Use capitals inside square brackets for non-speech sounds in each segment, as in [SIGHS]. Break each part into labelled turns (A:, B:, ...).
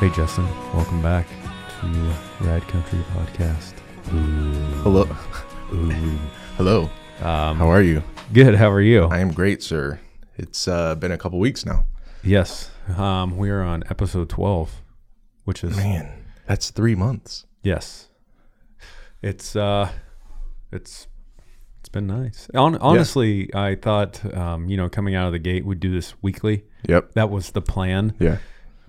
A: Hey, Justin. Welcome back to Rad Country Podcast.
B: Hello. Hello.
A: Um,
B: How are you?
A: Good. How are you?
B: I am great, sir. It's uh, been a couple weeks now.
A: yes. Um, we are on episode 12, which is,
B: Man, that's three months.
A: yes. It's, uh, it's, it's been nice. On, honestly, I thought, um, you know, coming out of the gate, we'd do this weekly.
B: Yep.
A: That was the plan.
B: Yeah.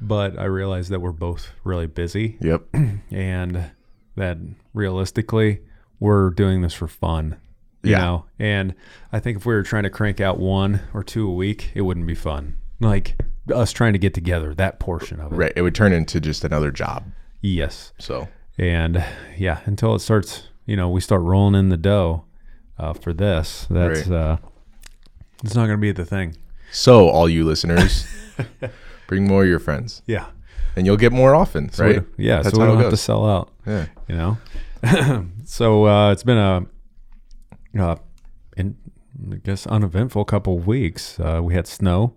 A: But I realized that we're both really busy
B: [CLEARS THROAT] Yep.
A: and that realistically we're doing this for fun you
B: Yeah.
A: know and i think if we were trying to crank out one or two a week it wouldn't be fun like us trying to get together that portion of it
B: Right. It would turn into just another job.
A: yes
B: So
A: and yeah until it starts you know we start rolling in the dough uh, for this that's
B: Right.
A: uh it's not gonna be the thing
B: so all you [LAUGHS] listeners, bring more of your friends.
A: yeah
B: And you'll get more often,
A: We
B: right?
A: don't- yeah
B: That's
A: so we
B: how it
A: don't have to
B: goes.
A: sell out
B: Yeah.
A: you know. [CLEARS THROAT] so uh, it's been a, uh, in, I guess, uneventful couple of weeks. Uh, we had snow.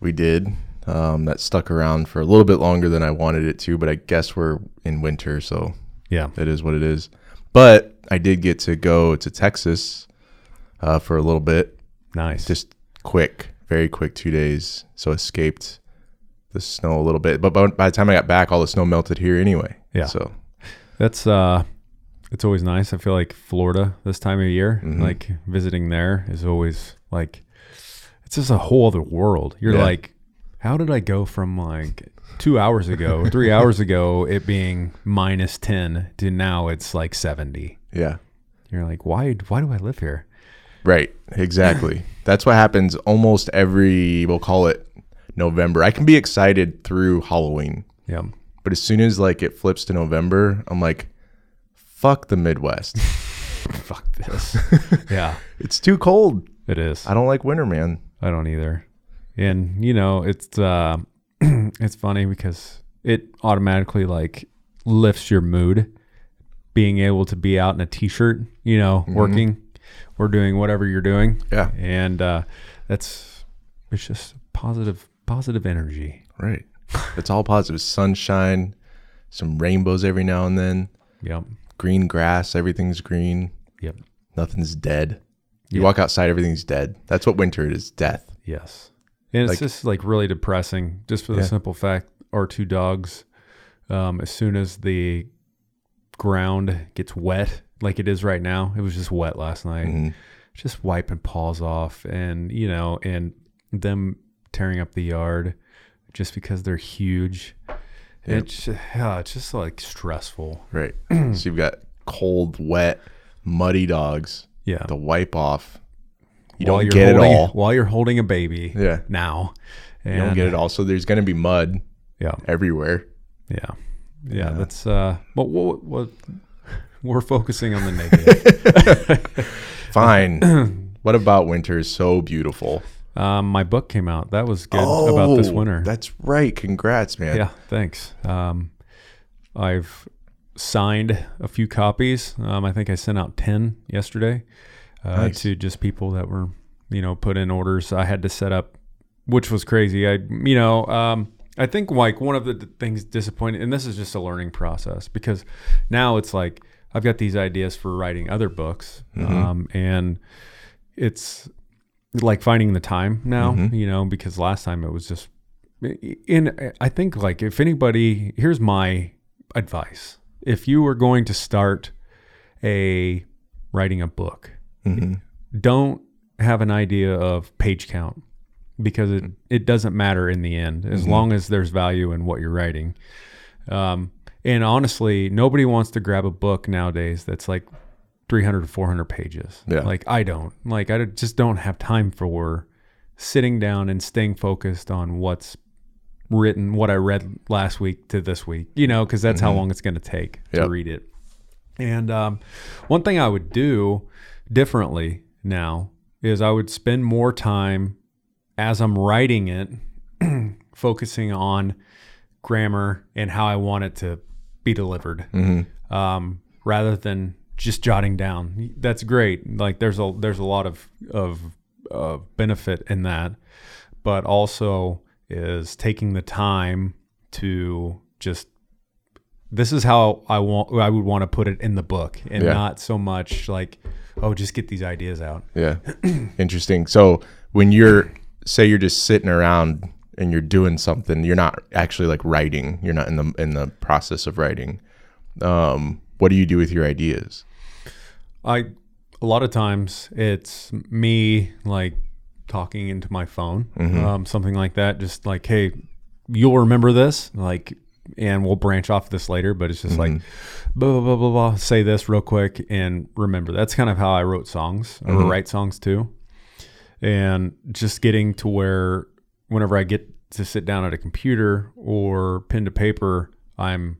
B: We did. Um, that stuck around for a little bit longer than I wanted it to, but I guess we're in winter, so
A: Yeah,
B: it is what it is. But I did get to go to Texas uh, for a little bit.
A: nice.
B: just quick, very quick two days. So escaped the snow a little bit, but by, by the time I got back, all the snow melted here anyway.
A: Yeah.
B: So
A: That's uh, it's always nice. I feel like Florida this time of year,
B: Mm-hmm.
A: like visiting there is always like, it's just a whole other world. You're
B: Yeah.
A: like, how did I go from like two hours ago, three hours ago, it being minus ten to now it's like seventy?
B: yeah,
A: You're like, why? Why do I live here?
B: right, exactly. [LAUGHS] That's what happens almost every. We'll call it November. I can be excited through Halloween,
A: Yeah.
B: but as soon as like it flips to November, I'm like, fuck the [LAUGHS] Midwest.
A: fuck this. [LAUGHS] yeah,
B: it's too cold.
A: it is.
B: I don't like winter, man.
A: I don't either. And you know, it's uh, [CLEARS THROAT] it's funny because it automatically like lifts your mood. Being able to be out in a t-shirt, you know, working or doing whatever you're doing,
B: Yeah,
A: and uh, that's it's just positive positive energy.
B: right. It's all positive sunshine, some rainbows every now and then.
A: Yep.
B: green grass, everything's green,
A: Yep.
B: nothing's dead. You walk outside, everything's dead. That's what winter is death.
A: Yes. And it's
B: Like-
A: just like really depressing, just for the
B: Yeah.
A: simple fact our two dogs, um, as soon as the ground gets wet, like it is right now, it was just wet last night,
B: Mhm.
A: just wiping paws off and, you know, and them tearing up the yard just because they're huge. It's, yeah, it's just like stressful. [CLEARS THROAT]
B: Right. so you've got cold, wet, muddy dogs
A: Yeah.
B: to wipe off. You
A: While
B: don't
A: you're
B: get it
A: holding-
B: all.
A: While you're holding a baby
B: Yeah.
A: now. And,
B: You don't get it all. So there's going to be mud
A: Yeah. [CLEARS THROAT]
B: everywhere.
A: Yeah. Yeah, that's uh but what what [LAUGHS] we're focusing on the negative. [CLEARS THROAT]
B: Fine. what about winter is so beautiful?
A: um my book came out. That was good about this
B: Oh,
A: winter.
B: That's right. Congrats, man.
A: yeah, thanks. Um I've signed a few copies. Um I think I sent out 10 yesterday uh to just people that were, you know, put in orders. I had to set up which was crazy. I you know, um I think like one of the d- things disappointing and this is just a learning process because now it's like I've got these ideas for writing other books. Um and it's like finding the time now, you know, because last time it was just in I think like if anybody here's my advice. If you were going to start a writing a book,
B: Mm-hmm.
A: don't have an idea of page count because it, it doesn't matter in the end
B: Mm-hmm.
A: as long as there's value in what you're writing. Um, and honestly, nobody wants to grab a book nowadays that's like 300 to 400 pages.
B: Yeah.
A: Like I don't. Like I just don't have time for sitting down and staying focused on what's written, what I read last week to this week, you know, because that's how long it's going to take to
B: Mm-hmm. Yep.
A: read it. And um, one thing I would do differently now is I would spend more time as I'm writing it, [CLEARS THROAT] focusing on grammar and how I want it to be delivered, um, rather than just jotting down. That's great. Like there's a there's a lot of of uh, benefit in that, but also is taking the time to just this is how I want I would want to put it in the book and
B: Yeah.
A: not so much like oh just get these ideas out.
B: Yeah. [CLEARS THROAT] Interesting. So when you're say you're just sitting around and you're doing something, you're not actually like writing. You're not in the in the process of writing. Um, what do you do with your ideas?
A: I a lot of times it's me like talking into my phone, um, something like that. Just like, hey, you'll remember this, like, and we'll branch off this later. But it's just like, blah blah blah blah blah. Say this real quick and remember. That's kind of how I wrote songs or write songs too, and just getting to where whenever I get to sit down at a computer or pen to paper, I'm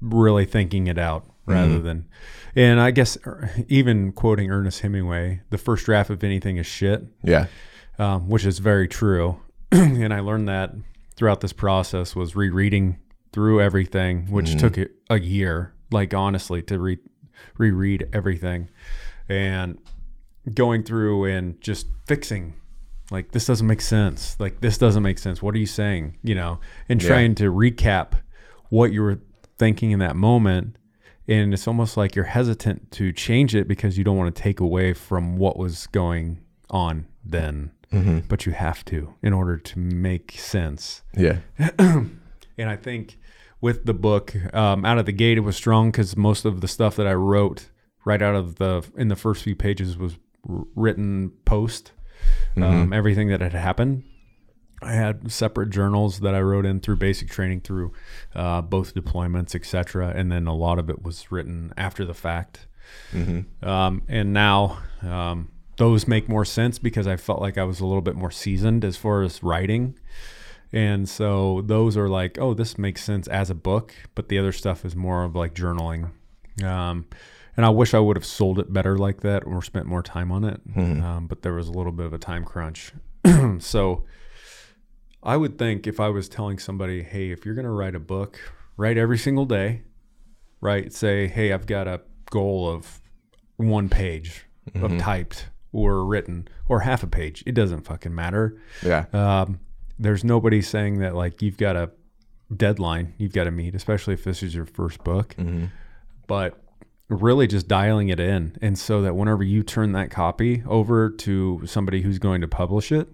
A: really thinking it out rather than and i guess er, even quoting ernest hemingway the first draft of anything is shit
B: Yeah.
A: um, which is very true [CLEARS THROAT] and i learned that throughout this process was rereading through everything which took it a year like honestly to re- reread everything and going through and just fixing like this doesn't make sense like this doesn't make sense what are you saying you know and trying to recap what you were thinking in that moment and it's almost like you're hesitant to change it because you don't want to take away from what was going on then but you have to in order to make sense
B: Yeah.
A: and I think with the book, um, out of the gate, it was strong because most of the stuff that I wrote right out of the in the first few pages was r- written post um, everything that had happened. I had separate journals that I wrote in through basic training, through uh, both deployments, etc., and then a lot of it was written after the fact. Um, and now um, those make more sense because I felt like I was a little bit more seasoned as far as writing. And so those are like, oh, this makes sense as a book, but the other stuff is more of like journaling. Um, and I wish I would have sold it better like that or spent more time on it. Um, but there was a little bit of a time crunch. [CLEARS THROAT] so I would think if I was telling somebody, hey, if you're going to write a book, write every single day, right? Say, hey, I've got a goal of one page of typed or written or half a page. It doesn't fucking matter
B: Yeah.
A: um, there's nobody saying that like you've got a deadline you've got to meet, especially if this is your first book. But really, just dialing it in, and so that whenever you turn that copy over to somebody who's going to publish it,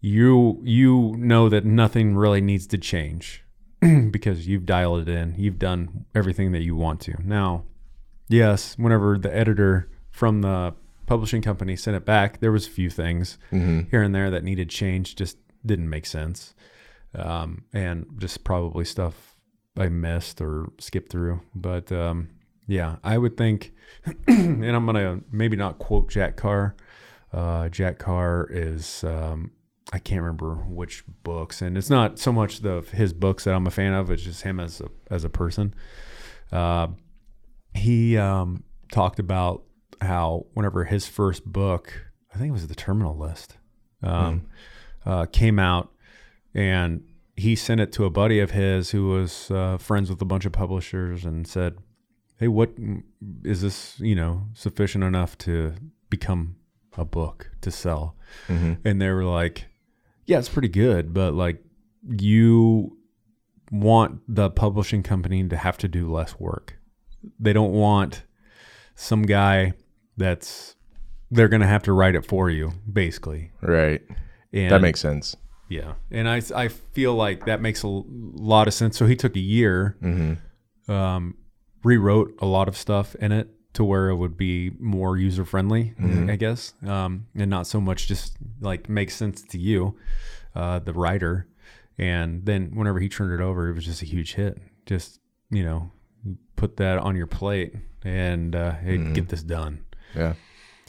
A: you you know that nothing really needs to change [CLEARS THROAT] because you've dialed it in. You've done everything that you want to. Now, yes, whenever the editor from the publishing company sent it back, there was a few things here and there that needed change, just didn't make sense, um, and just probably stuff I missed or skipped through. But um, yeah, I would think, [CLEARS THROAT] and I'm gonna maybe not quote Jack Carr. Uh, Jack Carr is um, I can't remember which books, and it's not so much the his books that I'm a fan of. It's just him as a as a person. Uh, he um, talked about how whenever his first book, I think it was the Terminal List, um, uh, came out, and he sent it to a buddy of his who was uh, friends with a bunch of publishers and said, "Hey, what is this? You know, sufficient enough to become a book to sell?" And they were like, "Yeah, it's pretty good, but like you." want the publishing company to have to do less work they don't want some guy that's they're gonna have to write it for you basically
B: Right.
A: and
B: That makes sense.
A: yeah and i i feel like that makes a l- lot of sense so he took a year um rewrote a lot of stuff in it to where it would be more user friendly i guess um and not so much just like make sense to you uh the writer and then whenever he turned it over it was just a huge hit just you know put that on your plate and uh hey get this done
B: Yeah.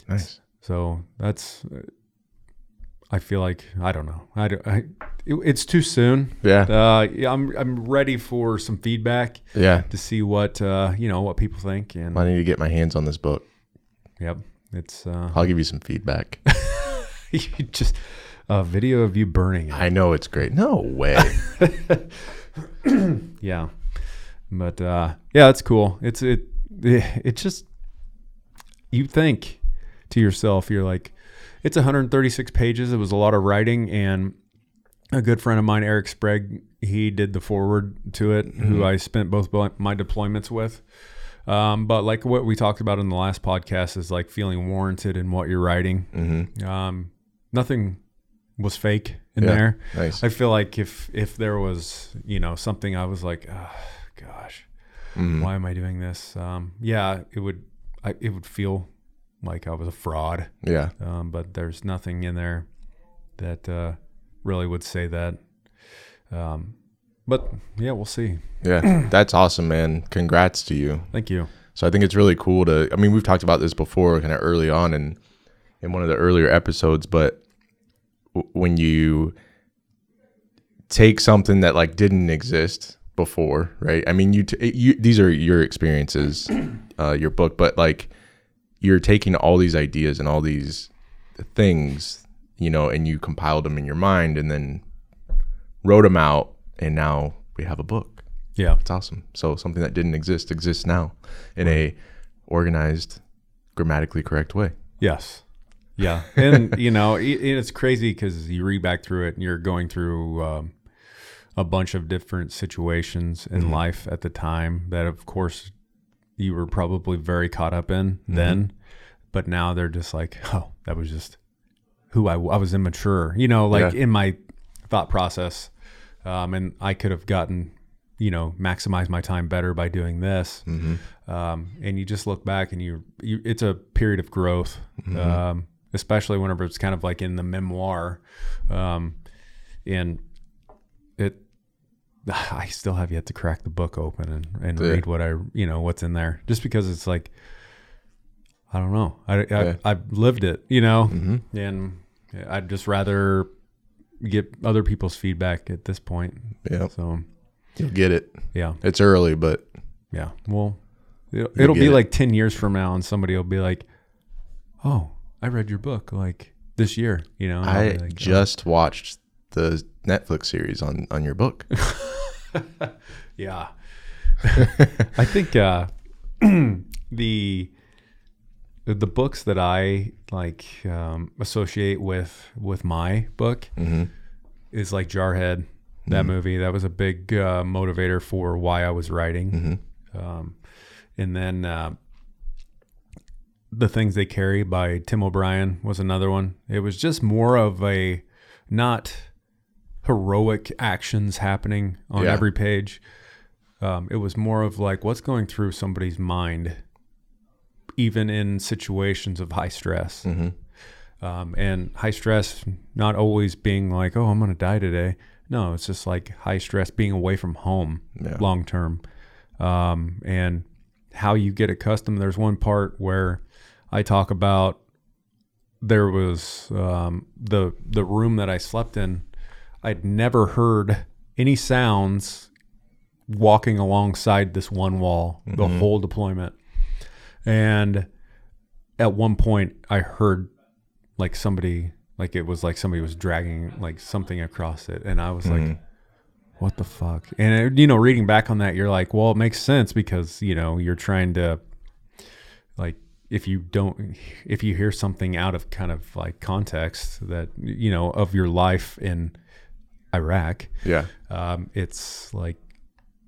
B: Nice.
A: so that's, I feel like I don't know. I, don't- I- it- it's too soon.
B: Yeah.
A: Uh, yeah, I'm I'm ready for some feedback
B: Yeah.
A: to see what uh, you know what people think and
B: I need to get my hands on this book.
A: yep, it's uh, [LAUGHS]
B: I'll give you some feedback.
A: you just a video of you burning it.
B: I know it's great. No way.
A: Yeah, but uh, yeah, it's cool. It's it it's just you think to yourself, you're like, it's 136 pages. It was a lot of writing, and a good friend of mine, Eric Sprague, he did the forward to it, who I spent both bo- my deployments with. Um, but like what we talked about in the last podcast is like feeling warranted in what you're writing. Um, nothing was fake in
B: Yeah.
A: there.
B: Nice.
A: I feel like if if there was you know something I was like, oh, gosh, why am I doing this? Um, yeah, it would I, it would feel like I was a fraud.
B: Yeah.
A: Um, but there's nothing in there that uh, really would say that. Um, but yeah, we'll see.
B: Yeah. That's awesome, man. Congrats to you.
A: Thank you.
B: So I think it's really cool to. I mean, we've talked about this before, kind of early on in in one of the earlier episodes, but w- when you take something that like didn't exist before, right? I mean, you t- it- you these are your experiences, [CLEARS THROAT] uh, your book, but like you're taking all these ideas and all these things, you know, and you compiled them in your mind and then wrote them out, and now we have a book
A: Yeah,
B: it's awesome. So something that didn't exist exists now in a organized, grammatically correct way.
A: Yes. Yeah. And, [LAUGHS] you know, i- and it's crazy because you read back through it and you're going through um, a bunch of different situations in life at the time that, of course, you were probably very caught up in then. But now they're just like, [LAUGHS] oh, that was just who I, w- I was immature, you know, like
B: Yeah.
A: in my thought process. Um, and I could have gotten, you know, maximize my time better by doing this um, and you just look back and you, you it's a period of growth
B: Mm-hmm.
A: um, especially whenever it's kind of like in the memoir um, and it [SIGHS] i still have yet to crack the book open and, and
B: Yeah.
A: read what i you know what's in there just because it's like i don't know i, I,
B: Yeah. Mm-hmm.
A: i've lived it you know and i'd just rather get other people's feedback at this point
B: Yeah,
A: so
B: you'll get it.
A: yeah
B: It's early, but
A: yeah. Well, it'll, it'll
B: get
A: be
B: it.
A: like 10 years from now, and somebody will be like, oh, I read your book like this year, you know? and I'll
B: I
A: be like,
B: just watched the Netflix series on on your [LAUGHS] book.
A: "Oh, yeah. I think uh, [CLEARS THROAT] the the books that I like um, associate with with my book is like Jarhead, that movie. That was a big uh, motivator for why I was writing. Um, and then uh, the things they carry by Tim O'Brien was another one. It was just more of a not heroic actions happening on
B: Yeah.
A: every page. Um, it was more of like what's going through somebody's mind, even in situations of high stress. Um, and high stress, not always being like, oh, I'm going to die today. No, it's just like high stress being away from home
B: Yeah.
A: long term um, and how you get accustomed. There's one part where I talk about there was um, the the room that I slept in. I'd never heard any sounds walking alongside this one wall the whole deployment, and at one point I heard like somebody like it was like somebody was dragging like something across it, and I was like what the fuck? And uh, you know, reading back on that, you're like, well, it makes sense because you know you're trying to, like, if you don't, if you hear something out of kind of like context that you know of your life in Iraq,
B: Yeah,
A: um, it's like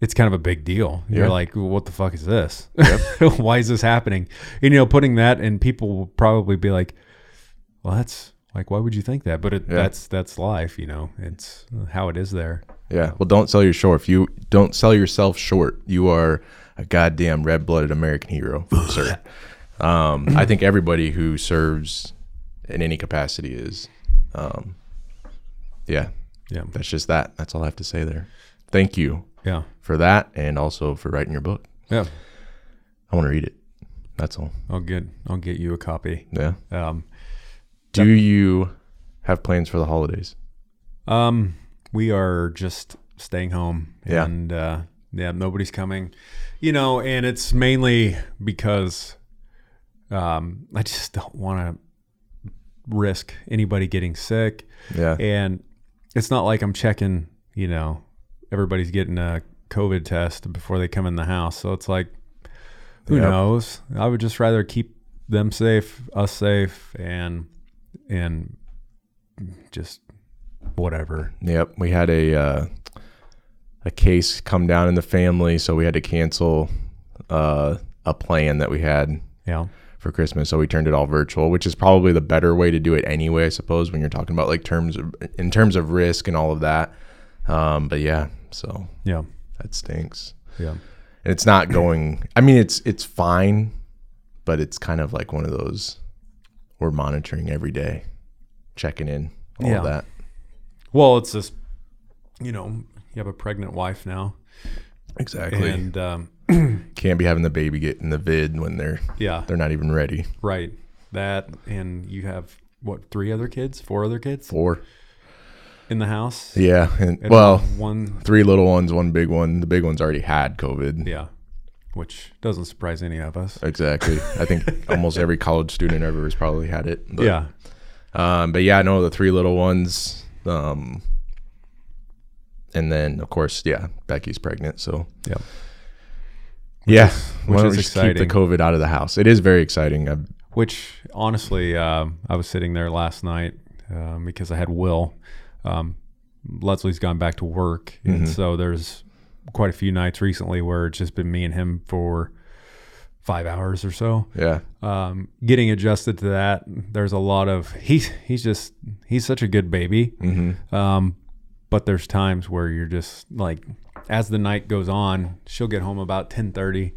A: it's kind of a big deal. You're
B: Yeah.
A: like, what the fuck is this? [LAUGHS] Why is this happening? And, you know, putting that and people will probably be like, well, that's like, why would you think that? But it, that's that's life, you know. It's how it is there.
B: yeah. Well, don't sell your short. If you don't sell yourself short, you are a goddamn red-blooded American [LAUGHS] hero, sir. Um, I think everybody who serves in any capacity is, um, yeah,
A: Yeah.
B: that's just that. That's all I have to say there. Thank you
A: Yeah.
B: for that and also for writing your book.
A: Yeah.
B: I want to read it. That's all.
A: I'll get I'll get you a copy.
B: Yeah.
A: Um,
B: Do you have plans for the holidays?
A: um, we are just staying home.
B: Yeah.
A: And uh, yeah, nobody's coming. You know, and it's mainly because um, I just don't want to risk anybody getting sick.
B: Yeah.
A: And it's not like I'm checking, you know, everybody's getting a COVID test before they come in the house. So it's like, who
B: Yep.
A: knows? I would just rather keep them safe, us safe, and and just whatever.
B: Yep, we had a uh, a case come down in the family, so we had to cancel uh, a plan that we had
A: Yeah.
B: for Christmas. So we turned it all virtual, which is probably the better way to do it anyway, I suppose, when you're talking about like terms of, in terms of risk and all of that. Um, but yeah, so
A: Yeah.
B: that stinks.
A: Yeah.
B: And it's not going. I mean, it's it's fine, but it's kind of like one of those we're monitoring every day, checking in, all
A: Yeah.
B: of that.
A: Well, it's just, you know, you have a pregnant wife now,
B: Exactly.
A: and um,
B: Can't be having the baby get in the vid when they're
A: yeah,
B: they're not even ready.
A: right. That and you have what three other kids, four other kids
B: Four.
A: in the house.
B: Yeah. And,
A: And
B: well,
A: one,
B: three little ones, one big one. The big one's already had COVID.
A: yeah, which doesn't surprise any of us.
B: Exactly. I think
A: [LAUGHS]
B: almost every college student ever has probably had it. But,
A: yeah,
B: Um, but yeah, I know the three little ones. Um, and then of course, yeah, Becky's pregnant. So
A: yeah,
B: yeah,
A: which
B: why don't
A: is
B: we just keep the
A: exciting.
B: COVID out of the house? It is very exciting. I've,
A: Which honestly, um, I was sitting there last night um, because I had Will. Um, Leslie's gone back to work, and so there's quite a few nights recently where it's just been me and him for five hours or so.
B: yeah,
A: Um, getting adjusted to that, there's a lot of he's he's just he's such a good baby. Um, but there's times where you're just like, as the night goes on, she'll get home about ten thirty,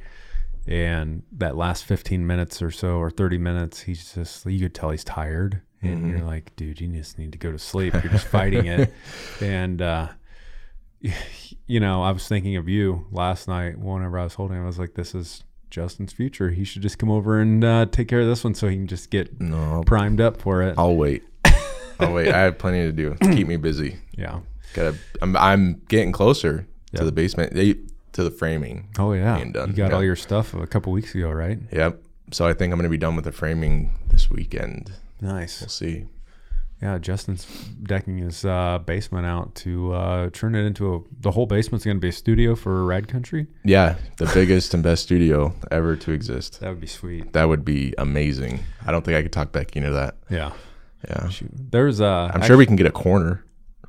A: and that last fifteen minutes or so or thirty minutes, he's just you could tell he's tired, and you're like, dude, you just need to go to sleep. You're just fighting it, and uh, you know, I was thinking of you last night. Whenever I was holding, him, I was like, this is. Justin's future. He should just come over and uh, take care of this one so he can just get
B: no,
A: primed up for it.
B: I'll
A: [LAUGHS]
B: wait. I'll wait. I have plenty to do. Keep me busy.
A: Yeah.
B: Gotta. I'm, I'm getting closer to the basement. They to the framing.
A: Oh yeah.
B: Being done.
A: You got
B: Yeah.
A: all your stuff a couple weeks ago, right?
B: Yep. So I think I'm gonna be done with the framing this weekend.
A: Nice.
B: We'll see.
A: Yeah, Justin's decking his uh, basement out to uh, turn it into a. The whole basement's going to be a studio for Rad Country.
B: Yeah, the biggest and best studio ever to exist.
A: That would be sweet.
B: That would be amazing. I don't think I could talk Becky into that.
A: Yeah.
B: Yeah.
A: Shoot. There's uh,
B: I'm sure we can get a corner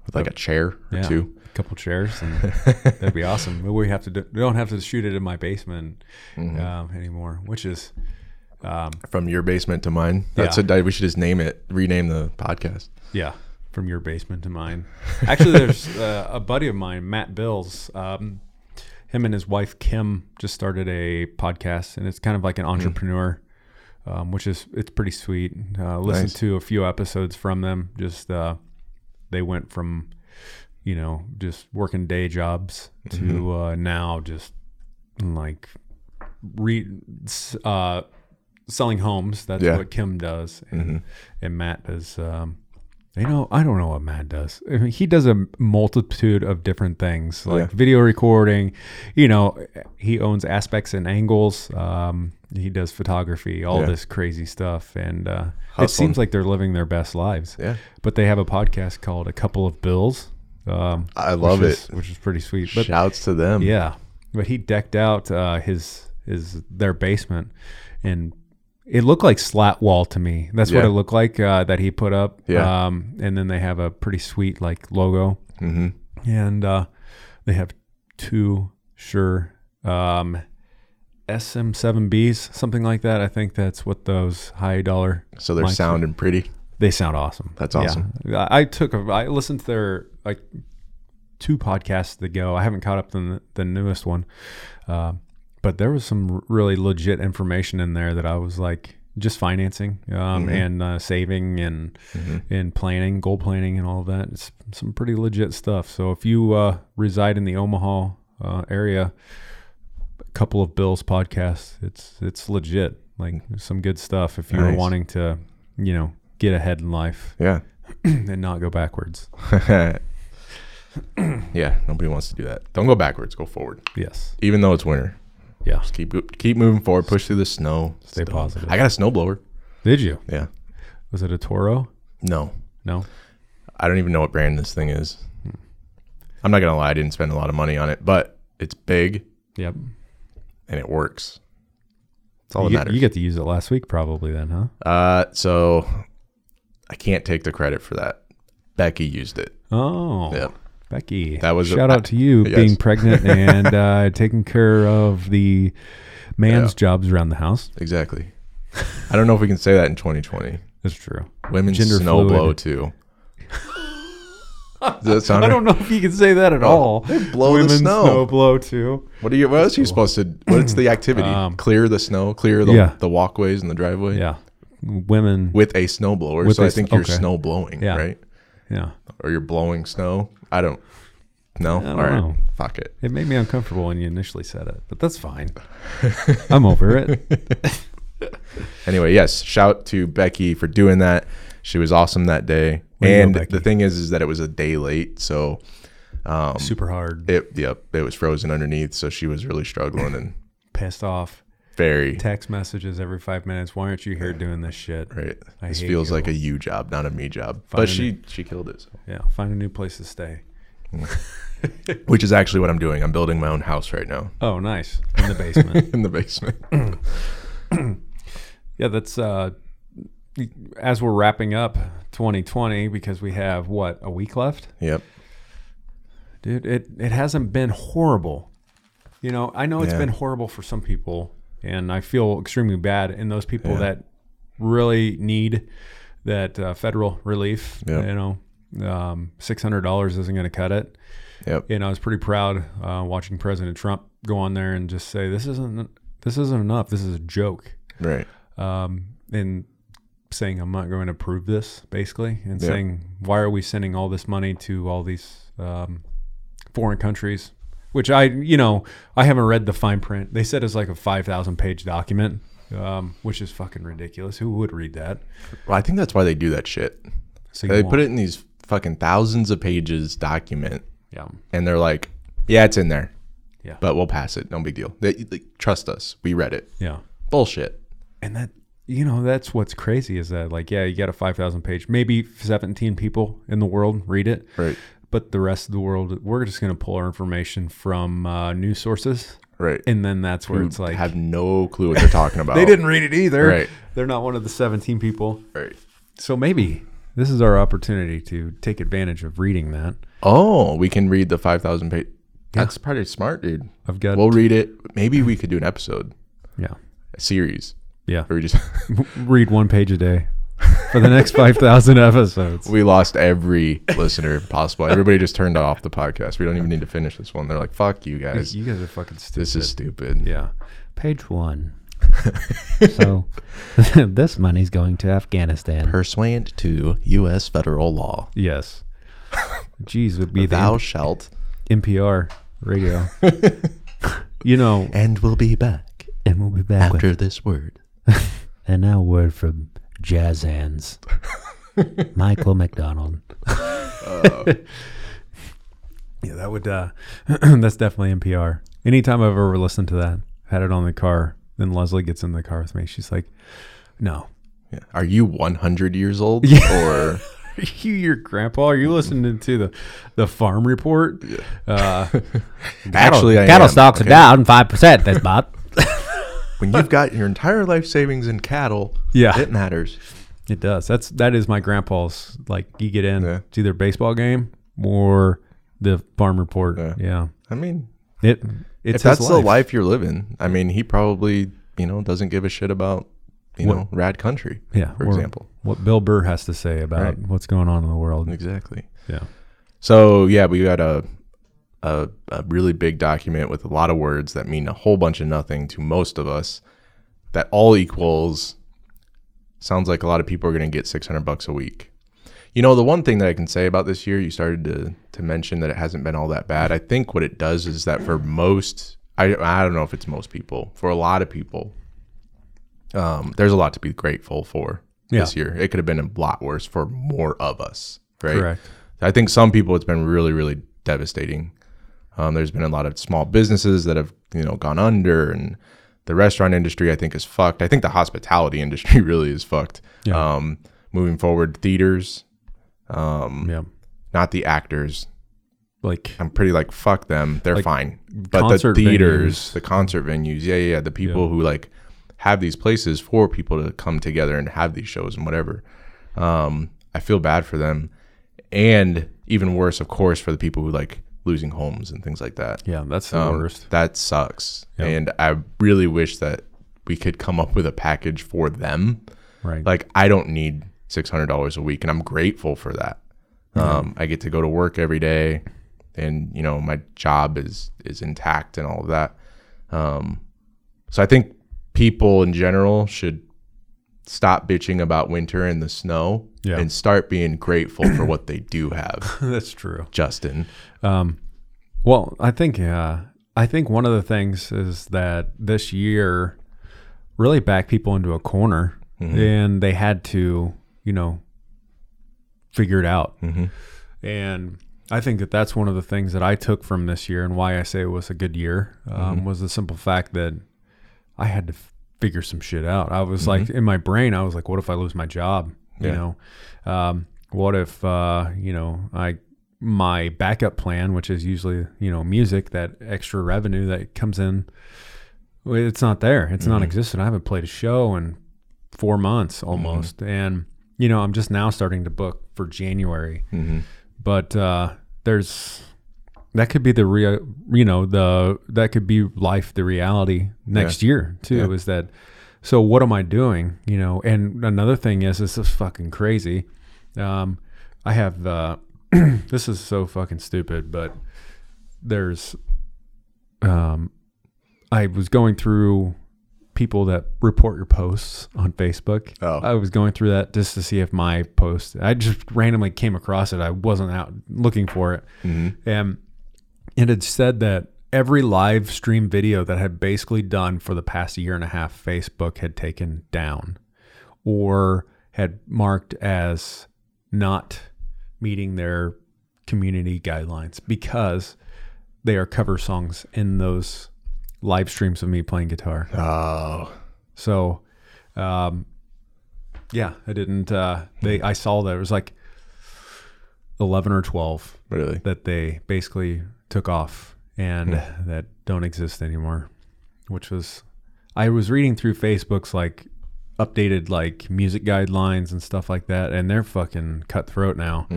B: with like a chair or
A: yeah,
B: two.
A: a couple chairs,
B: [LAUGHS]
A: and that'd be awesome. But we have to. Do, we don't have to shoot it in my basement
B: Mm-hmm.
A: um, anymore, which is
B: From your basement to mine. That's
A: Yeah.
B: a di- we should just name it, rename the podcast.
A: Yeah, from your basement to
B: [LAUGHS]
A: mine. Actually, there's uh, a buddy of mine, Matt Bills. Um, him and his wife Kim just started a podcast, and it's kind of like
B: Hmm.
A: an entrepreneur, um, which is it's pretty sweet. Uh, listened
B: Nice.
A: to a few episodes from them. Just uh, they went from you know just working day jobs to
B: Mm-hmm.
A: uh, now just like re s- uh, selling homes. That's
B: Yeah. Mm-hmm.
A: what Kim does, and, and Matt does. Um, you know, I don't know what Matt does. I mean, he does a multitude of different things, like video recording. You know, he owns aspects and angles. Um, he does photography, all
B: Yeah.
A: this crazy stuff, and uh, it
B: Hustling.
A: seems like they're living their best lives.
B: Yeah.
A: But they have a podcast called "A Couple of Bills." Um,
B: I love
A: which
B: it.
A: is- which is pretty sweet. But
B: Shouts to them.
A: yeah, but he decked out uh, his his their basement, and it looked like slat wall to me. That's what
B: Yeah.
A: it looked like uh, that he put up.
B: Yeah.
A: Um, and then they have a pretty sweet like logo,
B: hmm
A: and uh, they have two sure um, SM7Bs, something like that. I think that's what those high dollar
B: So they're
A: Mike's-
B: sounding pretty.
A: they sound awesome.
B: That's
A: Yeah.
B: awesome.
A: I I took a, I listened to their like two podcasts ago. I haven't caught up the the newest one, uh, but there was some really legit information in there that I was like just financing
B: Mm-hmm.
A: um, and uh, saving and and planning, goal planning, and all of that. It's some pretty legit stuff. So if you uh, reside in the Omaha uh, area, a couple of Bill's podcasts, it's it's legit. Like some good stuff. If you were
B: Mm. Nice.
A: wanting to, you know, get ahead in life
B: [CLEARS THROAT] Yeah.
A: and not go backwards.
B: yeah. Nobody wants to do that. Don't go backwards. Go forward.
A: Yes.
B: Even though it's winter,
A: Yeah.
B: just keep keep moving forward. Push through the snow.
A: Stay
B: Still.
A: positive.
B: I got a snowblower.
A: Did you?
B: Yeah.
A: Was it a Toro?
B: No.
A: No.
B: I don't even know what brand this thing is. I'm not gonna lie, I didn't spend a lot of money on it, but it's big
A: Yep.
B: and it works. That's all
A: you,
B: that
A: get-
B: matters.
A: you get to use it last week, probably then, huh?
B: uh, so I can't take the credit for that. Becky used it.
A: Oh,
B: Yep.
A: Becky.
B: That was a-
A: shout out to you
B: Yes.
A: being
B: [LAUGHS]
A: pregnant and uh, taking care of the man's
B: Yeah.
A: jobs around the house.
B: Exactly. [LAUGHS] I don't know if we can say that in 2020.
A: That's true.
B: Women's
A: Gender
B: snow
A: fluid. [LAUGHS]
B: blow too. Does that sound
A: I
B: right?
A: don't know if you can say that at all.
B: Oh, they blow the
A: Women
B: snow.
A: blow too.
B: What are you? What else are you supposed to? What's the activity? clear the snow, clear the,
A: Um, Yeah.
B: the walkways and the driveway.
A: Yeah, women.
B: With a snowblower,
A: With
B: so
A: a
B: I
A: s-
B: think you're
A: okay.
B: snow blowing,
A: Yeah.
B: right?
A: yeah,
B: Or you're blowing snow. I don't. No.
A: don't
B: All right.
A: know.
B: Fuck it.
A: it made me uncomfortable when you initially said it, but that's
B: [LAUGHS]
A: fine. I'm over it.
B: Anyway, yes. Shout to Becky for doing that. She was awesome that day.
A: Way to go,
B: and
A: Becky.
B: the thing is, is that it was a day late, so Um,
A: Super hard.
B: it yep it was frozen underneath. So she was really struggling and
A: Pissed off.
B: very
A: Text messages every five minutes. Why aren't you here doing this shit?
B: right.
A: I
B: this
A: hate
B: feels
A: you.
B: like a you job, not a me job.
A: Fine.
B: But she she killed it. So.
A: Yeah, find a new place to stay.
B: Which is actually what I'm doing. I'm building my own house right now [LAUGHS]
A: Oh, nice. In the basement.
B: in the basement.
A: Yeah, that's uh, as we're wrapping up 2020 because we have what a week left,
B: yep.
A: dude. It it hasn't been horrible. You know, I know it's
B: Yeah.
A: been horrible for some people, and I feel extremely bad in those people
B: Yeah.
A: that really need that uh, federal relief.
B: Yeah.
A: You know, um, six hundred dollars isn't going to cut it.
B: Yep.
A: And I was pretty proud uh, watching President Trump go on there and just say, "This isn't this isn't enough. This is a joke."
B: Right.
A: um, and saying I'm not going to approve this, basically, and
B: Yeah.
A: saying why are we sending all this money to all these um, foreign countries? Which I, you know, I haven't read the fine print. They said it's like a five thousand page document, um, which is fucking ridiculous. Who would read that?
B: Well, I think that's why they do that shit.
A: So
B: They put it in these fucking thousands of pages document,
A: yeah,
B: and they're like, "Yeah, it's in there,
A: Yeah.
B: but we'll pass it. No big deal. They, they- trust us. We read it.
A: yeah,
B: Bullshit.
A: and that. You know that's what's crazy is that like yeah you got a five thousand page maybe seventeen people in the world read it
B: Right.
A: but the rest of the world we're just going to pull our information from uh, news sources
B: Right.
A: and then that's
B: Hmm.
A: where it's like
B: have no clue [LAUGHS] what they're talking about.
A: they didn't read it either
B: Right.
A: they're not one of the 17 people
B: Right.
A: so maybe this is our opportunity to take advantage of reading that
B: Oh, we can read the five thousand page. That's pretty smart, dude.
A: i've got
B: We'll read it. Maybe we could do an episode,
A: yeah
B: a series,
A: yeah
B: where we just [LAUGHS]
A: read one page a day for the next 5000 episodes
B: [LAUGHS] We lost every listener possible. Everybody just turned off the podcast. We don't even need to finish this one. They're like, "Fuck you [LAUGHS] guys.
A: you guys are fucking stupid
B: This is stupid."
A: yeah
C: Page one.
A: [LAUGHS]
C: so this money's going to Afghanistan.
B: Pursuant to U.S. federal law,
A: yes jeez would be
B: thou
A: the
B: shalt
A: npr radio you know
B: and will be back
C: And we'll be back with
B: after this word.
C: and now a word from Jazz Hands. Michael McDonald.
A: [LAUGHS] Yeah, that would. Uh, [CLEARS THROAT] that's definitely NPR. Anytime I've ever listened to that, had it on the car. Then Leslie gets in the car with me. She's like, "No,
B: Yeah. Are you 100 years [LAUGHS] old? Or
A: are [LAUGHS] you your grandpa? Are you listening to the the farm report?
B: [LAUGHS]
A: Uh,
B: actually, I
C: cattle
B: am.
C: stocks
B: Okay.
C: are down five percent. That's
B: [LAUGHS]
C: about.
B: When you've got your entire life savings in cattle,
A: Yeah.
B: it matters.
A: it does. That's that is my grandpa's. Like you get in,
B: Yeah.
A: it's either a baseball game or the farm report. Yeah,
B: Yeah. I mean,
A: it it's
B: if that's
A: his
B: the
A: life.
B: life you're living, I mean, he probably you know doesn't give a shit about you know rad country.
A: Yeah,
B: for
A: or
B: example.
A: what Bill Burr has to say about
B: Right.
A: what's going on in the world.
B: Exactly.
A: Yeah,
B: So yeah, we got a, a a really big document with a lot of words that mean a whole bunch of nothing to most of us. That all equals sounds like a lot of people are going to get 600 bucks a week. You know, the one thing that I can say about this year, you started to to mention that it hasn't been all that bad. I think what it does is that for most, I I don't know if it's most people, for a lot of people, um, there's a lot to be grateful for this year. It could have been a lot worse for more of us, right?
A: correct.
B: I think some people it's been really, really devastating. Um, there's been a lot of small businesses that have you know gone under, and the restaurant industry I think is fucked. I think the hospitality [LAUGHS] industry really is fucked.
A: Yeah.
B: Um, moving forward, theaters,
A: Yeah,
B: not the actors.
A: like
B: I'm pretty like fuck them. They're fine, but the
A: concert
B: theaters,
A: venues.
B: the concert venues, yeah, yeah, yeah, the people who like have these places for people to come together and have these shows and whatever. Um, I feel bad for them, and even worse, of course, for the people who like losing homes and things like that.
A: Yeah, that's the
B: Um,
A: worst.
B: That sucks.
A: Yeah.
B: And I really wish that we could come up with a package for them.
A: Right.
B: Like I don't need six hundred dollars a week, and I'm grateful for that. Um, I get to go to work every day, and you know my job is is intact and all of that. Um, so I think people in general should stop bitching about winter and the snow,
A: Yeah.
B: and start being grateful for what they do have.
A: [LAUGHS] [LAUGHS] that's true.
B: Justin,
A: Um, well, I think uh, I think one of the things is that this year really backed people into a corner, and they had to, you know, figure it out. And I think that that's one of the things that I took from this year, and why I say it was a good year, um, was the simple fact that I had to f- figure some shit out. I was like in my brain, I was like, what if I lose my job? You know, um, what if uh, you know I my backup plan, which is usually you know music, that extra revenue that comes in, well, it's not there. It's non-existent. I haven't played a show in four months almost, and you know I'm just now starting to book for January. But uh, there's that could be the real you know the that could be life the reality next year too is that so what am i doing you know and another thing is this is fucking crazy um i have the [CLEARS THROAT] this is so fucking stupid but there's um i was going through people that report your posts on facebook
B: Oh.
A: i was going through that just to see if my post i just randomly came across it i wasn't out looking for it and it had said that every live stream video that I had basically done for the past year and a half, Facebook had taken down or had marked as not meeting their community guidelines because they are cover songs in those live streams of me playing guitar.
B: oh,
A: So, um, yeah, I didn't. Uh, they I saw that it was like eleven or twelve
B: really?
A: that they basically took off and that don't exist anymore, which was I was reading through Facebook's like updated like music guidelines and stuff like that, and they're fucking cutthroat now.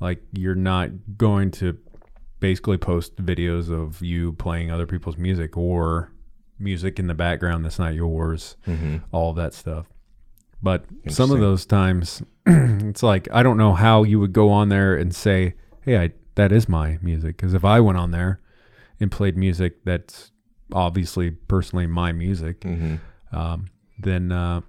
A: Like you're not going to basically post videos of you playing other people's music or music in the background that's not yours, all that stuff. But some of those times, [CLEARS THROAT] it's like I don't know how you would go on there and say, "Hey, I, that is my music." Because if I went on there and played music that's obviously personally my music,
C: Mm.
B: Mm-hmm.
A: um, then uh,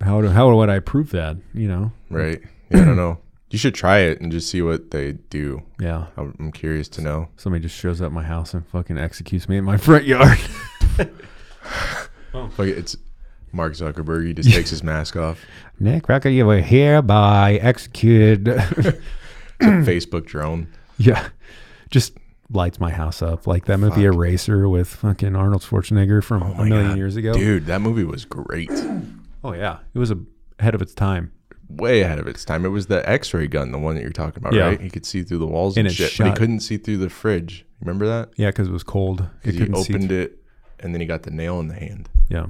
A: how do, how would I prove that? You know?
B: Right? Yeah, I don't know. You should try it and just see what they do.
A: Yeah.
B: I'm I'm curious to know.
A: Somebody just shows up at my house and fucking executes me in my front yard. [LAUGHS]
B: Like it's Mark Zuckerberg. He just takes
A: [LAUGHS]
B: his mask off.
C: Nick Rucker, you were hereby executed. [LAUGHS]
B: It's a Facebook drone.
A: yeah. Just lights my house up like that movie Eraser with fucking Arnold Schwarzenegger from a million
B: Oh God,
A: years ago.
B: Dude, that movie was great.
A: Oh yeah, it was a, ahead of its time.
B: Way ahead of its time. It was the X-ray gun, the one that you're talking about,
A: Yeah.
B: right? He could see through the walls
A: And
B: and,
A: it
B: shit, but he
A: shut.
B: couldn't see through the fridge. Remember that?
A: Yeah, because it was cold. It
B: He
A: couldn't see
B: opened it, and then he got the nail in the hand.
A: Yeah.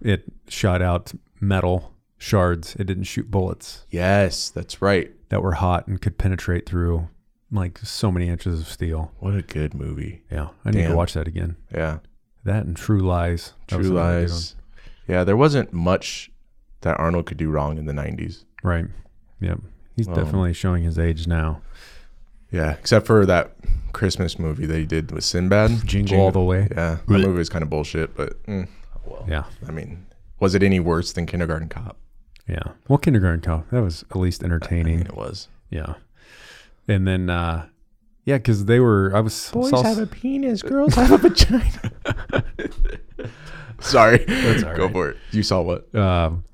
A: It shot out metal shards. It didn't shoot bullets
B: Yes, that's right.
A: that were hot and could penetrate through like so many inches of steel.
B: What a good movie.
A: Yeah. I need to
B: Damn.
A: watch that again.
B: Yeah,
A: That and True Lies. That was
B: True
A: another good
B: Lies. Yeah, there wasn't much that Arnold could do wrong in the '90s.
A: one. Right. Yep. He's definitely showing his age now.
B: Yeah, except for that Christmas movie they did with Sinbad.
A: Jingle all the way.
B: Yeah, that movie was kind of bullshit, but mm,
A: Yeah.
B: I mean, was it any worse than Kindergarten Cop?
A: Yeah. Well, Kindergarten Cop. That was at least entertaining.
B: [LAUGHS] It was.
A: Yeah. And then, uh, yeah, because they were. I was saw-
B: penis, girls
A: [LAUGHS]
B: have a vagina. [LAUGHS] Sorry. Go
A: right.
B: for it. You saw what?
A: um,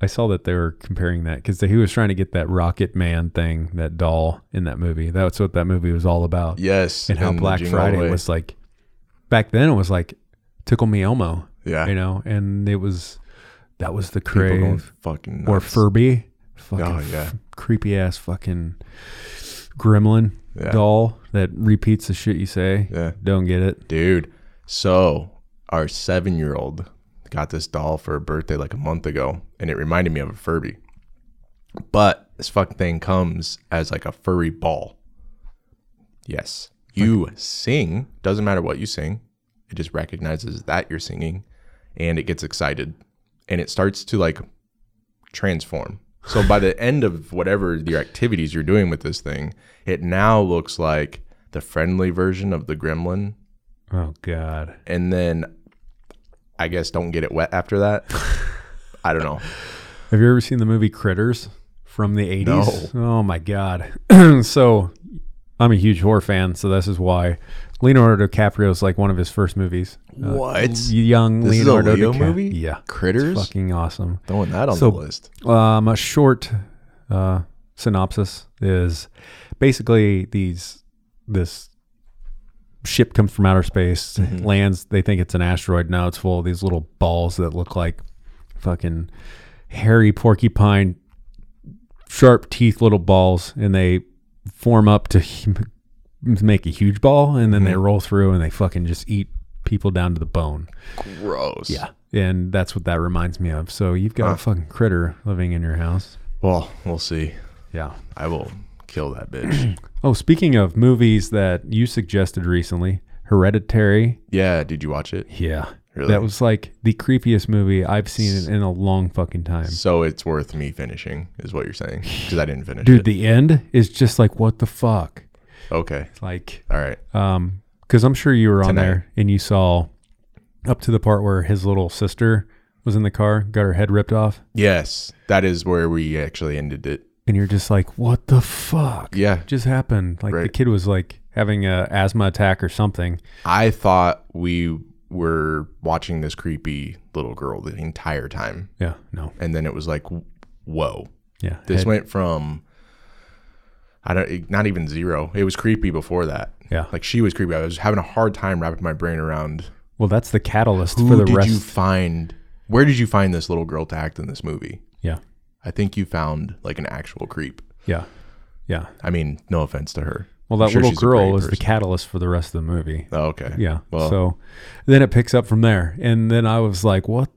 A: I saw that they were comparing that because he was trying to get that Rocket Man thing, that doll in that movie. That's what that movie was all about.
B: Yes.
A: and how
B: the
A: Black
B: Jingle All the
A: Friday
B: Way.
A: was like. Back then, it was like Tickle Me Elmo,
B: Yeah.
A: you know, and it was that was the
B: Ah. People going
A: crave
B: fucking
A: or
B: nuts.
A: Furby, fucking
B: Oh, yeah.
A: creepy ass fucking gremlin
B: Yeah.
A: doll that repeats the shit you say.
B: Yeah.
A: Don't get it.
B: Dude. So our seven year old got this doll for her birthday like a month ago, and it reminded me of a Furby. But this fucking thing comes as like a furry ball. Yes. You sing, doesn't matter what you sing, it just recognizes that you're singing and it gets excited and it starts to like transform. So by the end of whatever your activities you're doing with this thing, it now looks like the friendly version of the gremlin.
A: Oh God.
B: And then I guess don't get it wet after that.
A: [LAUGHS]
B: I don't know.
A: Have you ever seen the movie Critters from the 80s? Oh my God. [CLEARS THROAT] so I'm a huge horror fan, so this is why Leonardo DiCaprio's like one of his first movies. Uh,
B: What?
A: Young
B: This is a
A: Leonardo
B: Leo
A: DiCaprio.
B: movie?
A: Yeah.
B: Critters?
A: Fucking awesome.
B: Throwing that on
A: So-
B: the list.
A: Um, a short uh, synopsis is basically these this ship comes from outer space, lands. They think it's an asteroid. Now it's full of these little balls that look like fucking hairy porcupine, sharp teeth, little balls, and they form up to hum- make a huge ball, and then they roll through and they fucking just eat people down to the bone.
B: Gross. Yeah.
A: And that's what that reminds me of. So you've got a fucking critter living in your house.
B: Well, we'll see.
A: Yeah.
B: I will kill
A: [CLEARS THROAT]
B: that bitch.
A: Oh, speaking of movies that you suggested recently, Hereditary.
B: yeah. Did you watch it?
A: Yeah.
B: Really?
A: That was like the creepiest movie I've seen in a long fucking time.
B: So it's worth me finishing, is what you're saying, because I didn't finish
A: Dude,
B: it.
A: the end is just like what the fuck?
B: Okay.
A: Like
B: All right.
A: um cuz I'm sure you were on
B: Tonight.
A: there and you saw up to the part where his little sister was in the car, got her head ripped off,
B: Yes, that is where we actually ended it.
A: and you're just like, "What the fuck?"
B: Yeah.
A: just happened. Like the
B: Right.
A: kid was like having a asthma attack or something.
B: I thought we were watching this creepy little girl the entire time.
A: Yeah, no,
B: And then it was like, w- whoa.
A: yeah.
B: This
A: Head-
B: went from, I don't, it- not even zero. It was creepy before that.
A: Yeah.
B: Like she was creepy. I was having a hard time wrapping my brain around
A: Well, that's the catalyst
B: who
A: for the
B: did
A: rest.
B: you find, where did you find this little girl to act in this movie?
A: yeah,
B: I think you found like an actual creep.
A: yeah, yeah.
B: I mean, no offense to her.
A: Well,
B: I'm
A: that
B: sure
A: little
B: she's a
A: girl
B: great
A: was the
B: person.
A: catalyst for the rest of the movie.
B: Oh, okay.
A: Yeah.
B: Well-
A: so then it picks up from there, and then I was like, "What?"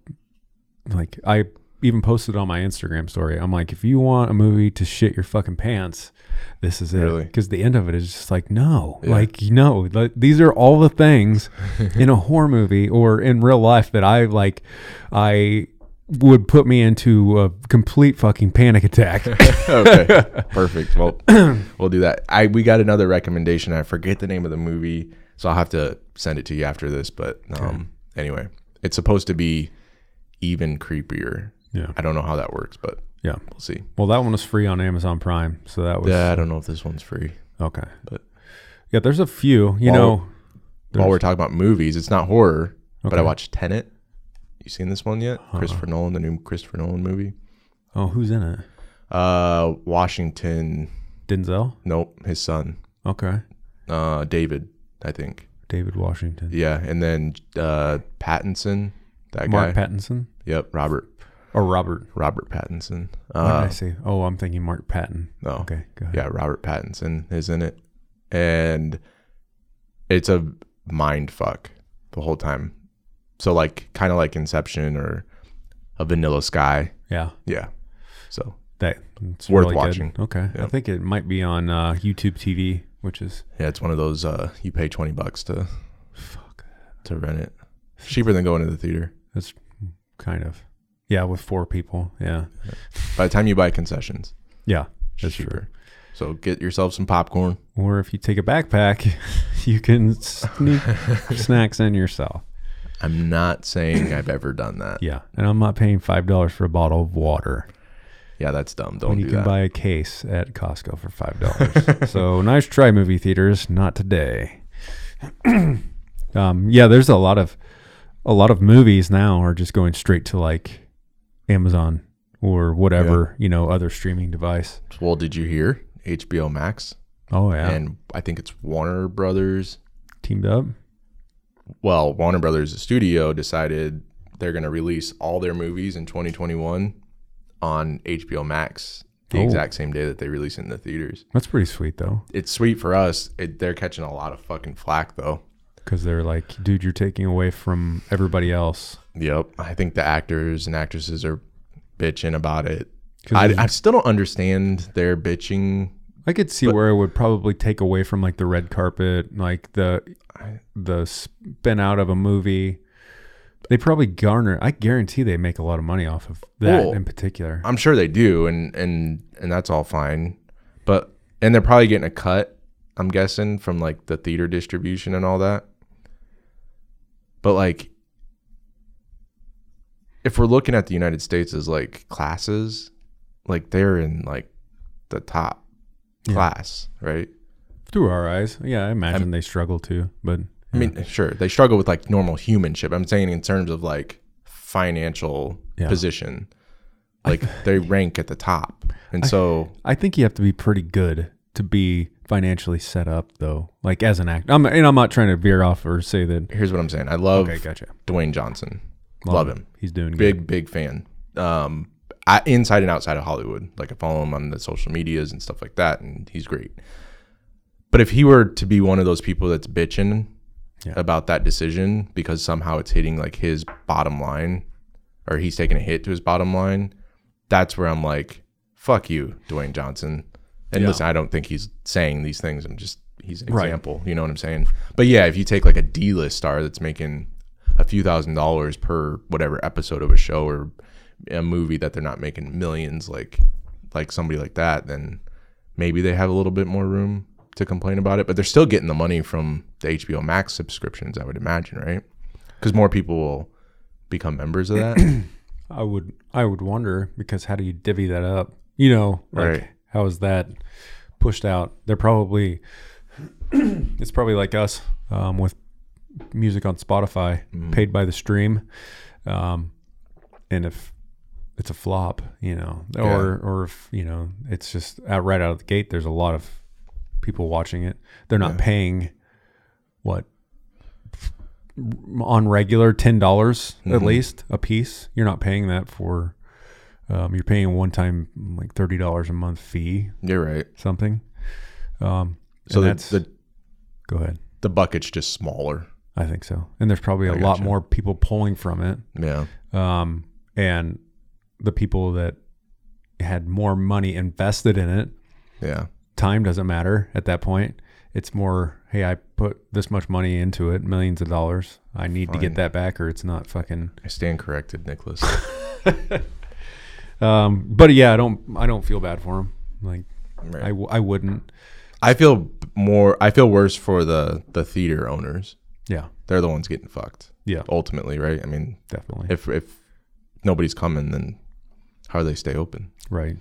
A: Like I even posted on my Instagram story. I'm like, if you want a movie to shit your fucking pants, this is it.
B: Really?
A: Because the end of it is just like, no, like you know, th- these are all the
B: [LAUGHS]
A: things in a horror movie or in real life that I like. I would put me into a complete fucking panic
B: [LAUGHS]
A: attack.
B: okay. Perfect. Well, we'll do that. I we got another recommendation. I forget the name of the movie, so I'll have to send it to you after this. But um, anyway, it's supposed to be even creepier.
A: Yeah.
B: I don't know how that works, but
A: yeah.
B: we'll see.
A: Well, that one was free on Amazon Prime, so that was
B: Yeah, I don't know if this one's free.
A: okay.
B: But-
A: yeah, there's a few. You
B: While-
A: know.
B: While we're talking about movies, it's not horror, but I watched Tenet. You seen this one yet? Christopher Nolan, the new Christopher Nolan movie.
A: Oh, who's in it?
B: Uh, Washington.
A: Denzel.
B: Nope, his son,
A: Okay.
B: uh, David, I think.
A: David Washington.
B: Yeah, and then uh, Pattinson, that guy.
A: Mark Pattinson
B: Yep, Robert
A: or Robert?
B: Robert Pattinson.
A: What did I
B: Uh,
A: say? Oh, I'm thinking Mark Patton.
B: no,
A: Okay, go ahead.
B: yeah, Robert Pattinson is in it, and it's a mind fuck the whole time. So like, kind of like Inception or a Vanilla Sky.
A: Yeah,
B: Yeah, so
A: that it's
B: Worth
A: really good.
B: watching.
A: Okay, I
B: Yeah.
A: think it might be on uh, YouTube TV, which is
B: yeah, it's one of those uh, you pay twenty bucks to to rent it, cheaper than going to the theater.
A: that's kind of yeah with four people. Yeah,
B: By the time you buy concessions,
A: yeah,
B: it's
A: that's true.
B: cheaper. So get yourself some popcorn.
A: Or if you take a backpack, [LAUGHS] you can
B: [LAUGHS]
A: sneak snacks in yourself.
B: I'm not saying I've ever done that.
A: Yeah, and I'm not paying five dollars for a bottle of water
B: Yeah, that's dumb. Don't
A: when you
B: do
A: can
B: that.
A: buy a case at Costco for five
B: [LAUGHS]
A: dollars. so nice try, movie theaters. Not today. [CLEARS THROAT] um, yeah, there's a lot of a lot of movies now are just going straight to like Amazon or whatever you know other streaming device.
B: well, did you hear HBO Max
A: Oh yeah,
B: and I think it's Warner Brothers.
A: teamed up.
B: Well, Warner Brothers, the studio, decided they're going to release all their movies in 2021 on HBO Max the
A: Oh.
B: exact same day that they release it in the theaters.
A: That's pretty sweet though,
B: It's sweet for us. It, they're catching a lot of fucking flack though.
A: because they're like, dude, you're taking away from everybody else.
B: Yep, I think the actors and actresses are bitching about it. I,
A: Because
B: I still don't understand their bitching
A: I could see where I would probably take away from like the red carpet, like the the spin out of a movie. They probably garner. I guarantee they make a lot of money off of that
B: Well,
A: in particular.
B: I'm sure they do, and and and that's all fine. But and they're probably getting a cut. I'm guessing from like the theater distribution and all that. But like, if we're looking at the United States as like classes, like they're in like the top class, right?
A: Through our eyes, yeah, I imagine they struggle too. But
B: I mean, sure, they struggle with like normal humanship. I'm saying in terms of like financial
A: Yeah.
B: position, like
A: [LAUGHS]
B: they rank at the top, and so.
A: I think you have to be pretty good to be financially set up, though. Like as an actor, I'm, and I'm not trying to veer off or say that.
B: here's what I'm saying. I love
A: Okay, gotcha.
B: Dwayne Johnson. Love, him.
A: He's doing good.
B: Big, big fan. Um, I, inside and outside of Hollywood. Like I follow him on the social medias and stuff like that, and he's great. But if he were to be one of those people that's bitching
A: Yeah.
B: about that decision because somehow it's hitting like his bottom line, or he's taking a hit to his bottom line, that's where I'm like, fuck you, Dwayne Johnson. And
A: Yeah.
B: listen, I don't think he's saying these things. I'm just he's an
A: Right.
B: example. You know what I'm saying? But yeah, if you take like a D list star that's making a few thousand dollars per whatever episode of a show or a movie that they're not making millions like like somebody like that, then maybe they have a little bit more room to complain about it. But they're still getting the money from the HBO Max subscriptions, I would imagine, right? Because more people will become members of that.
A: [CLEARS THROAT] I would I would wonder because how do you divvy that up? You know, like
B: Right.
A: how is that pushed out? They're probably [CLEARS THROAT] it's probably like us um, with music on Spotify, paid by the stream, um, and if it's a flop, you know, or or if you know it's just out right out of the gate, there's a lot of people watching it. They're not paying what on regular ten dollars at least a piece. You're not paying that for. Um, you're paying a one-time like thirty dollars a month fee,
B: You're right.
A: something. Um,
B: So
A: and
B: the,
A: that's
B: the
A: go ahead.
B: the bucket's just smaller.
A: I think so. And there's probably a lot more people pulling from it.
B: Yeah.
A: Um, and the people that had more money invested in it,
B: Yeah.
A: time doesn't matter at that point. It's more, hey, I put this much money into it, millions of dollars. I need to get that back, or it's not fucking.
B: I stand corrected, [LAUGHS] Nicholas.
A: Um, but yeah, I don't, I don't feel bad for him. Like,
B: Right.
A: I, w- I wouldn't.
B: I feel more I feel worse for the the theater owners.
A: Yeah,
B: They're the ones getting fucked
A: yeah,
B: ultimately, right? I mean,
A: definitely.
B: if if nobody's coming then how do they stay open?
A: Right.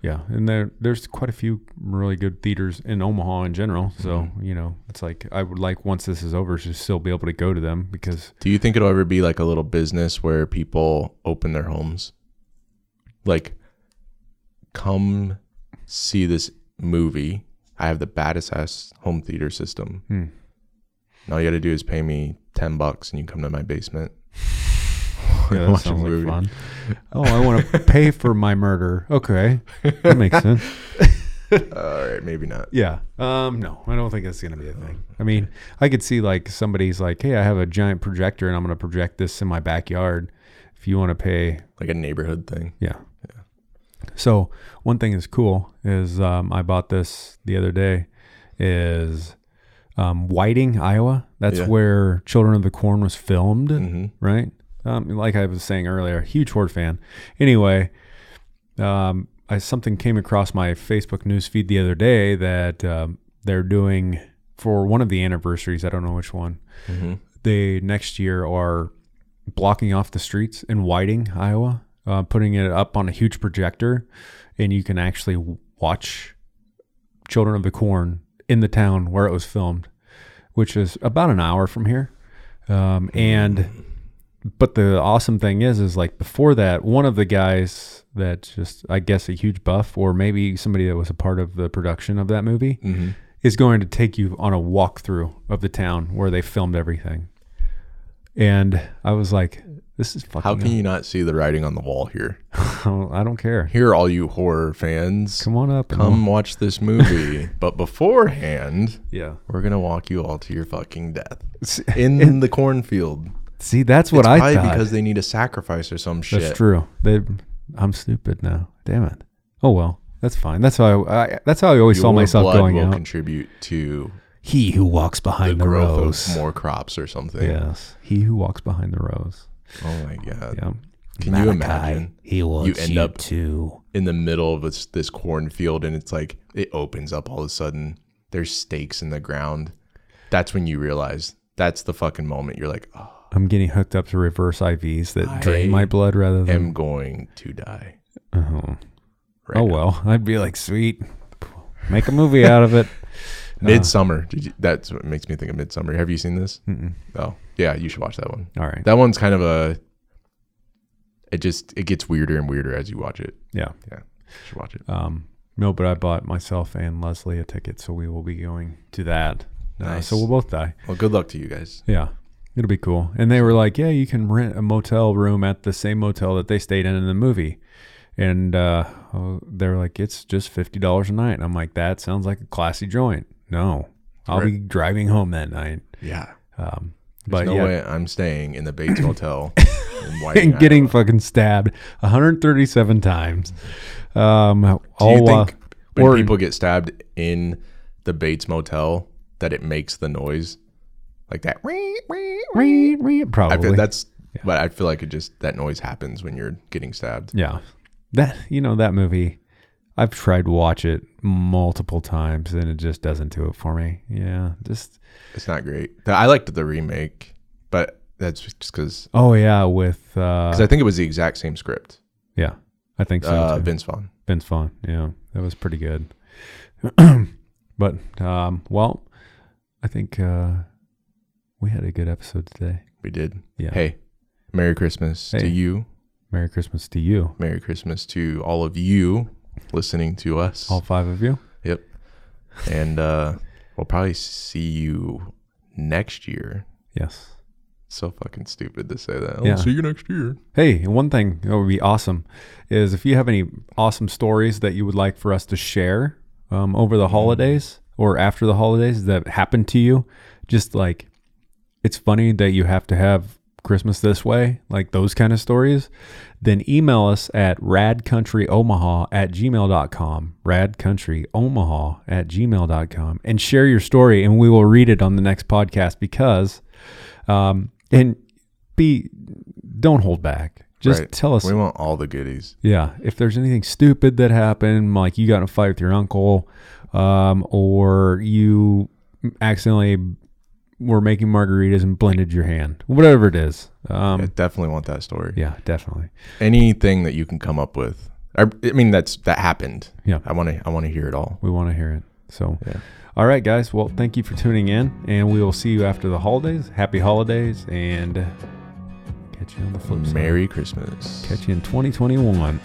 A: Yeah, and there there's quite a few really good theaters in Omaha in general. So you know, it's like I would like once this is over to still be able to go to them because
B: Do you think it'll ever be like a little business where people open their homes? Like come see this movie. I have the baddest ass home theater system.
A: Hmm.
B: And all you gotta do is pay me ten bucks and you come to my basement.
A: yeah, that
B: Watch a
A: sounds like
B: movie.
A: fun. [LAUGHS] Oh, I want to pay for my murder. Okay, that makes sense. [LAUGHS]
B: All right, maybe not.
A: Yeah. Um. No, I don't think that's gonna be a thing. I mean, I could see like somebody's like, hey, I have a giant projector and I'm gonna project this in my backyard. If you want to pay
B: Like a neighborhood thing.
A: Yeah. So one thing that's cool is um, I bought this the other day is um, Whiting, Iowa. That's
B: Yeah.
A: where Children of the Corn was filmed,
B: Mhm.
A: right? Um, like I was saying earlier, huge Horde fan. Anyway, um, I, something came across my Facebook newsfeed the other day that um, they're doing for one of the anniversaries. I don't know which one. They next year are blocking off the streets in Whiting, Iowa, uh, putting it up on a huge projector, and you can actually w- watch Children of the Corn in the town where it was filmed, which is about an hour from here. Um, and but the awesome thing is, is like before that, one of the guys that just I guess a huge buff, or maybe somebody that was a part of the production of that movie,
B: Mm-hmm.
A: is going to take you on a walkthrough of the town where they filmed everything. And I was like, this is fucking.
B: How can you not see the writing on the wall here?
A: I don't care.
B: Here, all you horror fans, come,
A: Come on up. and
B: watch
A: [LAUGHS]
B: this movie. but beforehand,
A: we'll- yeah.
B: we're gonna walk you all to your fucking death
A: [LAUGHS]
B: in the cornfield.
A: See, that's what I
B: Probably
A: thought.
B: because they need a sacrifice or some shit.
A: That's true. They, I'm stupid now. Damn it. Oh well. That's fine. That's how I, I that's how I always saw
B: Your
A: myself
B: blood
A: going
B: will
A: out.
B: contribute to
C: He who walks
B: the
C: behind the,
B: growth
C: rose.
B: of more crops or something.
A: yes, he who walks behind the rose.
B: Oh my god.
A: Yeah.
B: Can you
C: Malachi,
B: imagine
C: He wants you,
B: end up-
C: to.
B: in the middle of this, this cornfield and it's like it opens up all of a sudden. There's stakes in the ground. That's when you realize that's the fucking moment you're like, oh,
A: I'm getting hooked up to reverse IVs that drain
B: I
A: my blood rather than.
B: I'm going to die.
A: Oh.
B: Right
A: Mm-hmm. oh
B: now.
A: well, I'd be like, sweet, make a movie out of it. [LAUGHS] uh.
B: Midsummer. Did you, that's what makes me think of Midsummer. Have you seen this?
A: Mm-mm.
B: Oh, yeah, you should watch that one.
A: All right,
B: That one's kind of a. It just it gets weirder and weirder as you watch it.
A: yeah.
B: Yeah, Uh, you should watch it.
A: Um, no, but I bought myself and Leslie a ticket, so we will be going to that. Uh,
B: Nice.
A: so we'll both die.
B: Well, good luck to you guys.
A: Yeah, it'll be cool. And they were like, "Yeah, you can rent a motel room at the same motel that they stayed in in the movie." And uh, oh, they were like, "It's just fifty dollars a night." And I'm like, "That sounds like a classy joint." No, I'll be driving home that
B: [LAUGHS]
A: night.
B: Yeah,
A: Um, but
B: but no
A: yeah,
B: way I'm staying in
A: [COUGHS]
B: the Bates Motel
A: [LAUGHS]
B: in Whiting,
A: and getting fucking stabbed 137 times. Um,
B: Do you
A: all, uh,
B: think when
A: or-
B: people get stabbed in the Bates Motel that it makes the noise like that?
A: read, read,
B: I
A: probably.
B: feel that's, but I feel like it just that noise happens when you're getting stabbed.
A: Yeah. That you know that movie I've tried to watch it multiple times and it just doesn't do it for me. Yeah, just
B: It's not great. Th- I liked the remake, but that's just because
A: Oh yeah, with uh
B: I think it was the exact same script.
A: yeah. I think so.
B: Uh,
A: too.
B: Vince Vaughn.
A: Ben's fun. Yeah. That was pretty good. [CLEARS THROAT] but um well, I think uh we had a good episode today.
B: We did.
A: Yeah.
B: Hey, Merry Christmas to
A: Hey.
B: you.
A: Merry Christmas to you,
B: Merry Christmas to all of you listening to us.
A: all five of you.
B: Yep. And uh, we'll probably see you next year.
A: Yes.
B: So fucking stupid to say that.
A: Yeah.
B: I'll see you next year.
A: Hey, and one thing that would be awesome is if you have any awesome stories that you would like for us to share um, over
B: Mm-hmm.
A: the holidays or after the holidays that happened to you, just like it's funny that you have to have Christmas this way, like those kind of stories, then email us at radcountryomaha at gmail.com, radcountryomaha at gmail.com, and share your story, and we will read it on the next podcast because, um, and be, don't hold back. Just
B: Right.
A: tell us
B: We want all the goodies.
A: yeah. If there's anything stupid that happened, like you got in a fight with your uncle, um, or you accidentally were making margaritas and blended your hand, whatever it is. Um,
B: I definitely want that story.
A: Yeah, definitely.
B: Anything that you can come up with. I, I mean, that's that happened.
A: Yeah.
B: I want to. I want to hear it all.
A: We want to hear it. So,
B: Yeah.
A: all right, guys. Well, thank you for tuning in, and we will see you after the holidays. Happy holidays, and catch you on the flip side.
B: Merry Christmas.
A: Catch you in 2021.